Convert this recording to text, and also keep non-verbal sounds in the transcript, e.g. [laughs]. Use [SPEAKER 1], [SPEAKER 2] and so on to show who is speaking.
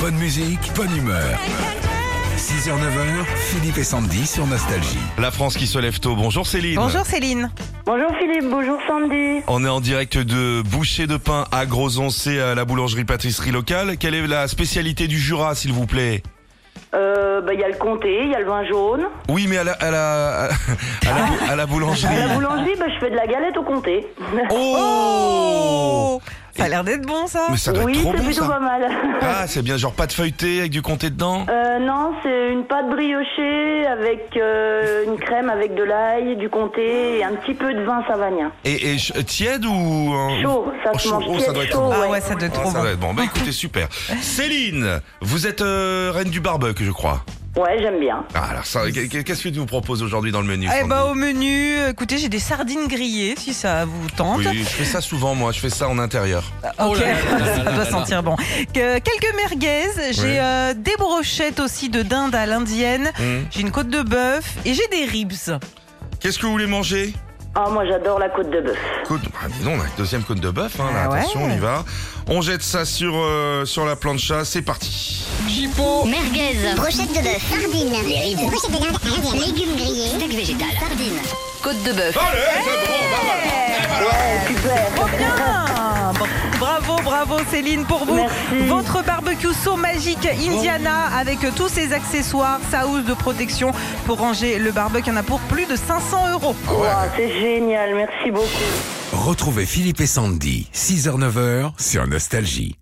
[SPEAKER 1] Bonne musique, bonne humeur. 6h, 9h, Philippe et Sandy sur Nostalgie.
[SPEAKER 2] La France qui se lève tôt. Bonjour Céline.
[SPEAKER 3] Bonjour Céline.
[SPEAKER 4] Bonjour Philippe, bonjour Sandy.
[SPEAKER 2] On est en direct de Boucher de Pain à Grosoncé à la boulangerie pâtisserie locale. Quelle est la spécialité du Jura, s'il vous plaît
[SPEAKER 4] Euh, bah, Il y a le comté, il y a le vin jaune.
[SPEAKER 2] Oui, mais à la, à la, à la, bou- à la
[SPEAKER 4] À
[SPEAKER 2] [laughs]
[SPEAKER 4] la [laughs]
[SPEAKER 2] boulangerie.
[SPEAKER 4] boulangerie, bah, je fais de la galette au comté.
[SPEAKER 2] Oh
[SPEAKER 3] Ça a l'air d'être bon ça.
[SPEAKER 2] Mais [laughs] ça doit
[SPEAKER 4] oui,
[SPEAKER 2] être trop
[SPEAKER 4] c'est
[SPEAKER 2] bon
[SPEAKER 4] plutôt
[SPEAKER 2] ça. [laughs]
[SPEAKER 4] pas mal.
[SPEAKER 2] Ah, c'est bien, genre pâte feuilletée avec du comté dedans.
[SPEAKER 4] Euh, non, c'est une pâte briochée avec euh, une crème avec de l'ail, du comté et un petit peu de vin savagnin.
[SPEAKER 2] Et, et ch- tiède ou hein,
[SPEAKER 4] Chaud, ça
[SPEAKER 2] oh,
[SPEAKER 4] se
[SPEAKER 2] chaud,
[SPEAKER 4] mange
[SPEAKER 2] oh, ça
[SPEAKER 4] tiède,
[SPEAKER 2] doit être
[SPEAKER 4] chaud,
[SPEAKER 2] bon.
[SPEAKER 3] Ah
[SPEAKER 4] ouais.
[SPEAKER 3] ouais, ça doit être
[SPEAKER 2] Ah,
[SPEAKER 3] trop
[SPEAKER 2] ça
[SPEAKER 3] bon.
[SPEAKER 2] va être bon. Bah écoutez, super. Céline, vous êtes euh, reine du barbecue, je crois.
[SPEAKER 4] Ouais, j'aime bien.
[SPEAKER 2] Ah, alors, ça, qu'est- qu'est-ce que tu nous proposes aujourd'hui dans le menu
[SPEAKER 3] Eh
[SPEAKER 2] Sandy
[SPEAKER 3] ben au menu, écoutez, j'ai des sardines grillées si ça vous tente.
[SPEAKER 2] Oui, Oh je fais ça souvent, moi. Je fais ça en intérieur.
[SPEAKER 3] Ok, ça doit sentir bon. Que- quelques merguez, j'ai
[SPEAKER 2] Ouais.
[SPEAKER 3] euh, des brochettes aussi de dinde à l'indienne,
[SPEAKER 2] Hmm.
[SPEAKER 3] j'ai une côte de bœuf et j'ai des ribs.
[SPEAKER 2] Qu'est-ce que vous voulez manger
[SPEAKER 4] Ah, moi j'adore la côte de bœuf.
[SPEAKER 2] Côte... Ah, dis donc, on a une deuxième côte de bœuf. Hein, là.
[SPEAKER 3] Ah ouais.
[SPEAKER 2] Attention, on y va. On jette ça sur, euh, sur la plancha. C'est parti.
[SPEAKER 5] Merguez,
[SPEAKER 6] Brochette de bœuf. Sardines. Brochette de dinde à l'indienne. Légumes grillés.
[SPEAKER 5] steak végétal, sardines, côte de bœuf,
[SPEAKER 2] Allez, c'est bon, bah, bah.
[SPEAKER 3] Bien. Bravo, bravo Céline pour vous.
[SPEAKER 4] Merci.
[SPEAKER 3] Votre barbecue saut magique Indiana avec tous ses accessoires, sa housse de protection pour ranger le barbecue. Il y en a pour plus de 500 euros.
[SPEAKER 2] Ah,
[SPEAKER 4] Ouah, c'est génial, merci beaucoup.
[SPEAKER 1] Retrouvez Philippe et Sandy, 6h, 9h sur Nostalgie.